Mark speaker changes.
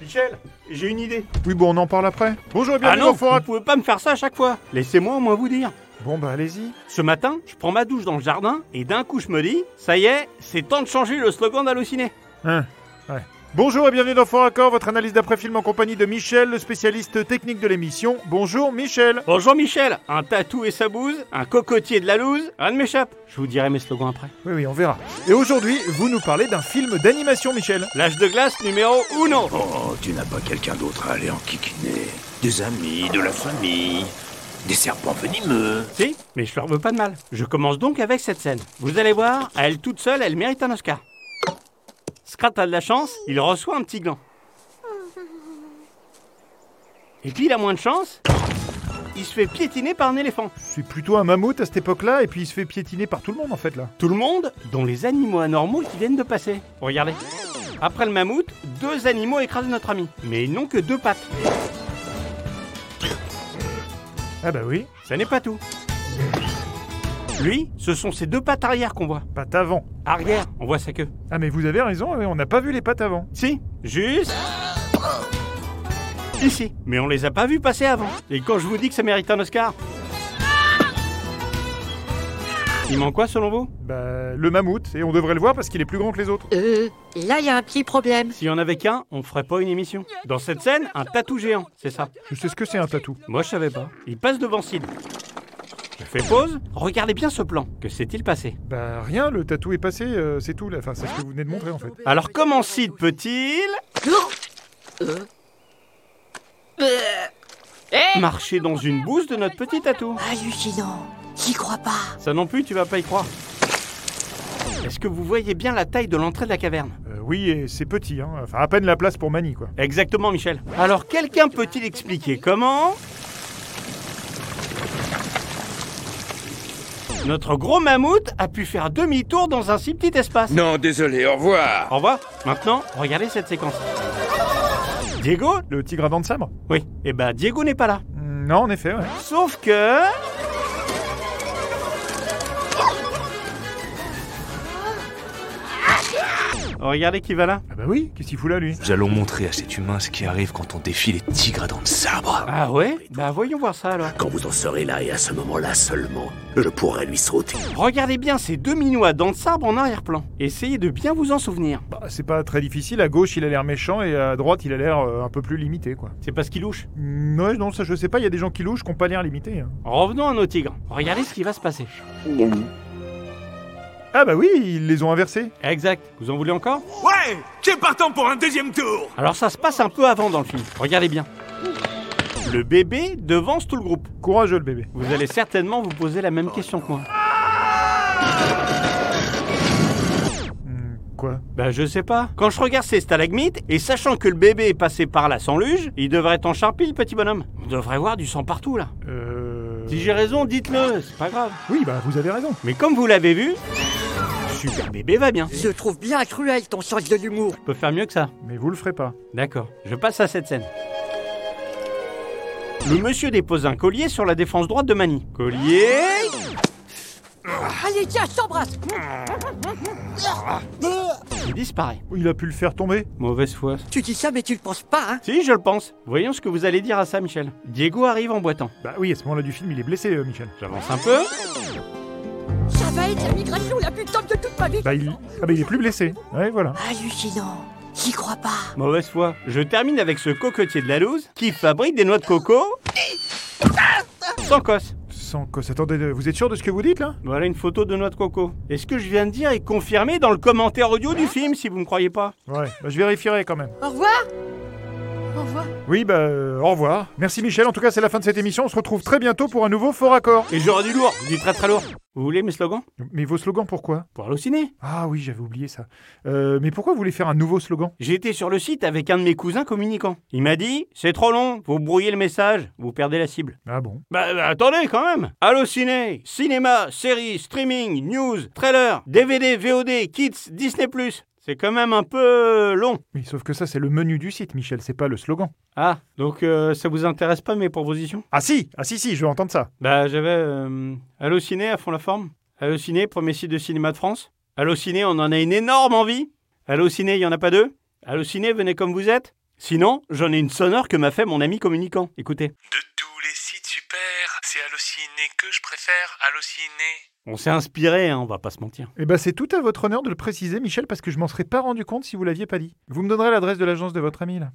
Speaker 1: Michel, j'ai une idée.
Speaker 2: Oui, bon, on en parle après. Bonjour et
Speaker 1: Ah
Speaker 2: bienvenue
Speaker 1: non,
Speaker 2: dans Forat.
Speaker 1: vous pouvez pas me faire ça à chaque fois. Laissez-moi au moins vous dire.
Speaker 2: Bon, bah allez-y.
Speaker 1: Ce matin, je prends ma douche dans le jardin et d'un coup je me dis, ça y est, c'est temps de changer le slogan d'Hallociné.
Speaker 2: Hein, ouais. Bonjour et bienvenue dans Fort Accord, votre analyse d'après-film en compagnie de Michel, le spécialiste technique de l'émission. Bonjour Michel.
Speaker 1: Bonjour Michel, un tatou et sa bouse, un cocotier de la loose, un de m'échappe. Je vous dirai mes slogans après.
Speaker 2: Oui, oui, on verra. Et aujourd'hui, vous nous parlez d'un film d'animation, Michel.
Speaker 1: L'âge de glace numéro 1.
Speaker 3: Oh, tu n'as pas quelqu'un d'autre à aller en kikiner Des amis, de la famille, des serpents venimeux.
Speaker 1: Si, mais je leur veux pas de mal. Je commence donc avec cette scène. Vous allez voir, à elle toute seule, elle mérite un Oscar. Scrat a de la chance, il reçoit un petit gland. Et puis il a moins de chance, il se fait piétiner par un éléphant.
Speaker 2: C'est plutôt un mammouth à cette époque-là, et puis il se fait piétiner par tout le monde en fait là.
Speaker 1: Tout le monde, dont les animaux anormaux qui viennent de passer. Regardez. Après le mammouth, deux animaux écrasent notre ami. Mais ils n'ont que deux pattes.
Speaker 2: Ah bah oui,
Speaker 1: Ça n'est pas tout. Lui, ce sont ses deux pattes arrière qu'on voit.
Speaker 2: pattes avant.
Speaker 1: Arrière, on voit sa queue.
Speaker 2: Ah mais vous avez raison, oui, on n'a pas vu les pattes avant.
Speaker 1: Si, juste. Ici. Mais on les a pas vus passer avant. Et quand je vous dis que ça mérite un Oscar. Il manque quoi selon vous
Speaker 2: Bah le mammouth, et on devrait le voir parce qu'il est plus grand que les autres.
Speaker 4: Euh, là, il y a un petit problème.
Speaker 1: S'il y en avait qu'un, on ferait pas une émission. Dans cette scène, un tatou géant, c'est ça.
Speaker 2: Je sais ce que c'est un tatou.
Speaker 1: Moi je savais pas. Il passe devant Sid. Je fais pause. Regardez bien ce plan. Que s'est-il passé
Speaker 2: Bah rien, le tatou est passé, euh, c'est tout là. Enfin, c'est ce que vous venez de montrer en fait.
Speaker 1: Alors comment Sid peut-il marcher dans une bouse de notre petit tatou
Speaker 4: Hallucinant. J'y crois pas.
Speaker 1: Ça non plus, tu vas pas y croire. Est-ce que vous voyez bien la taille de l'entrée de la caverne
Speaker 2: Euh, oui, et c'est petit, hein. Enfin, à peine la place pour Mani quoi.
Speaker 1: Exactement, Michel. Alors, quelqu'un peut-il expliquer comment notre gros mammouth a pu faire demi-tour dans un si petit espace
Speaker 3: Non, désolé, au revoir.
Speaker 1: Au revoir. Maintenant, regardez cette séquence. Diego
Speaker 2: Le tigre à dents de sabre
Speaker 1: Oui. Eh ben, Diego n'est pas là.
Speaker 2: Mm, Non, en effet, ouais.
Speaker 1: Sauf que... Oh, Regardez qui va là.
Speaker 2: Ah bah oui, qu'est-ce qu'il fout là lui
Speaker 3: Nous allons montrer à cet humain ce qui arrive quand on défie les tigres à dents de sabre.
Speaker 1: Ah ouais Bah voyons voir ça alors.
Speaker 3: Quand vous en serez là et à ce moment-là seulement, je pourrai lui sauter.
Speaker 1: Regardez bien ces deux minots à dents de sabre en arrière-plan. Essayez de bien vous en souvenir.
Speaker 2: Bah c'est pas très difficile, à gauche il a l'air méchant et à droite il a l'air euh, un peu plus limité quoi.
Speaker 1: C'est parce qu'il louche.
Speaker 2: Mm, ouais, non, ça je sais pas, il y a des gens qui louchent qui ont pas l'air limités. hein.
Speaker 1: Revenons à nos tigres. Regardez ce qui va se passer.
Speaker 2: Ah bah oui, ils les ont inversés.
Speaker 1: Exact. Vous en voulez encore
Speaker 5: Ouais, c'est partant pour un deuxième tour.
Speaker 1: Alors ça se passe un peu avant dans le film. Regardez bien. Le bébé devance tout le groupe.
Speaker 2: Courageux le bébé.
Speaker 1: Vous allez certainement vous poser la même question que moi.
Speaker 2: Mm, Quoi
Speaker 1: Bah je sais pas. Quand je regarde ces stalagmites, et sachant que le bébé est passé par là sans luge, il devrait être en charpie le petit bonhomme. On devrait voir du sang partout là.
Speaker 2: Euh...
Speaker 1: Si j'ai raison, dites-le, c'est pas grave.
Speaker 2: Oui, bah vous avez raison.
Speaker 1: Mais comme vous l'avez vu, Super Bébé va bien.
Speaker 4: Je trouve bien cruel ton sens de l'humour.
Speaker 1: Je peux faire mieux que ça.
Speaker 2: Mais vous le ferez pas.
Speaker 1: D'accord, je passe à cette scène. Le monsieur dépose un collier sur la défense droite de Mani. Collier
Speaker 4: Allez, tiens, je t'embrasse.
Speaker 1: Il disparaît.
Speaker 2: Il a pu le faire tomber.
Speaker 1: Mauvaise foi.
Speaker 4: Tu dis ça, mais tu le penses pas, hein
Speaker 1: Si, je le pense. Voyons ce que vous allez dire à ça, Michel. Diego arrive en boitant.
Speaker 2: Bah oui, à ce moment-là du film, il est blessé, euh, Michel.
Speaker 1: J'avance un peu.
Speaker 4: Ça va être la migration la plus top de toute ma vie.
Speaker 2: Bah il... Ah bah il est plus blessé. Ouais, voilà.
Speaker 4: Hallucinant. J'y crois pas.
Speaker 1: Mauvaise foi. Je termine avec ce cocotier de la loose qui fabrique des noix de coco sans cosse.
Speaker 2: Sans cause. Attendez, euh, vous êtes sûr de ce que vous dites là
Speaker 1: Voilà une photo de noix de coco. Et ce que je viens de dire est confirmé dans le commentaire audio du film, si vous ne croyez pas.
Speaker 2: Ouais, bah je vérifierai quand même.
Speaker 4: Au revoir. Au revoir.
Speaker 2: Oui, bah euh, au revoir. Merci Michel, en tout cas c'est la fin de cette émission, on se retrouve très bientôt pour un nouveau Fort Accord.
Speaker 1: Et j'aurai du lourd, du très très lourd. Vous voulez mes slogans
Speaker 2: Mais vos slogans pourquoi
Speaker 1: Pour halluciner.
Speaker 2: Ah oui, j'avais oublié ça. Euh, mais pourquoi vous voulez faire un nouveau slogan
Speaker 1: J'ai été sur le site avec un de mes cousins communicants. Il m'a dit C'est trop long, vous brouillez le message, vous perdez la cible.
Speaker 2: Ah bon
Speaker 1: Bah, bah, attendez quand même Allociné, cinéma, séries, streaming, news, trailer, DVD, VOD, kids, Disney. C'est quand même un peu long.
Speaker 2: Oui, sauf que ça, c'est le menu du site, Michel, c'est pas le slogan.
Speaker 1: Ah, donc euh, ça vous intéresse pas mes propositions
Speaker 2: Ah si Ah si, si, je veux entendre ça.
Speaker 1: Bah, j'avais euh, Allociné à fond la forme. Allociné, premier site de cinéma de France. Allociné, on en a une énorme envie. Allociné, il y en a pas deux. Allociné, venez comme vous êtes. Sinon, j'en ai une sonore que m'a fait mon ami communicant. Écoutez.
Speaker 6: De tous les sites super, c'est Allociné que je préfère, Allociné.
Speaker 1: On s'est inspiré, hein, on va pas se mentir.
Speaker 2: Eh ben, c'est tout à votre honneur de le préciser, Michel, parce que je m'en serais pas rendu compte si vous l'aviez pas dit. Vous me donnerez l'adresse de l'agence de votre ami, là.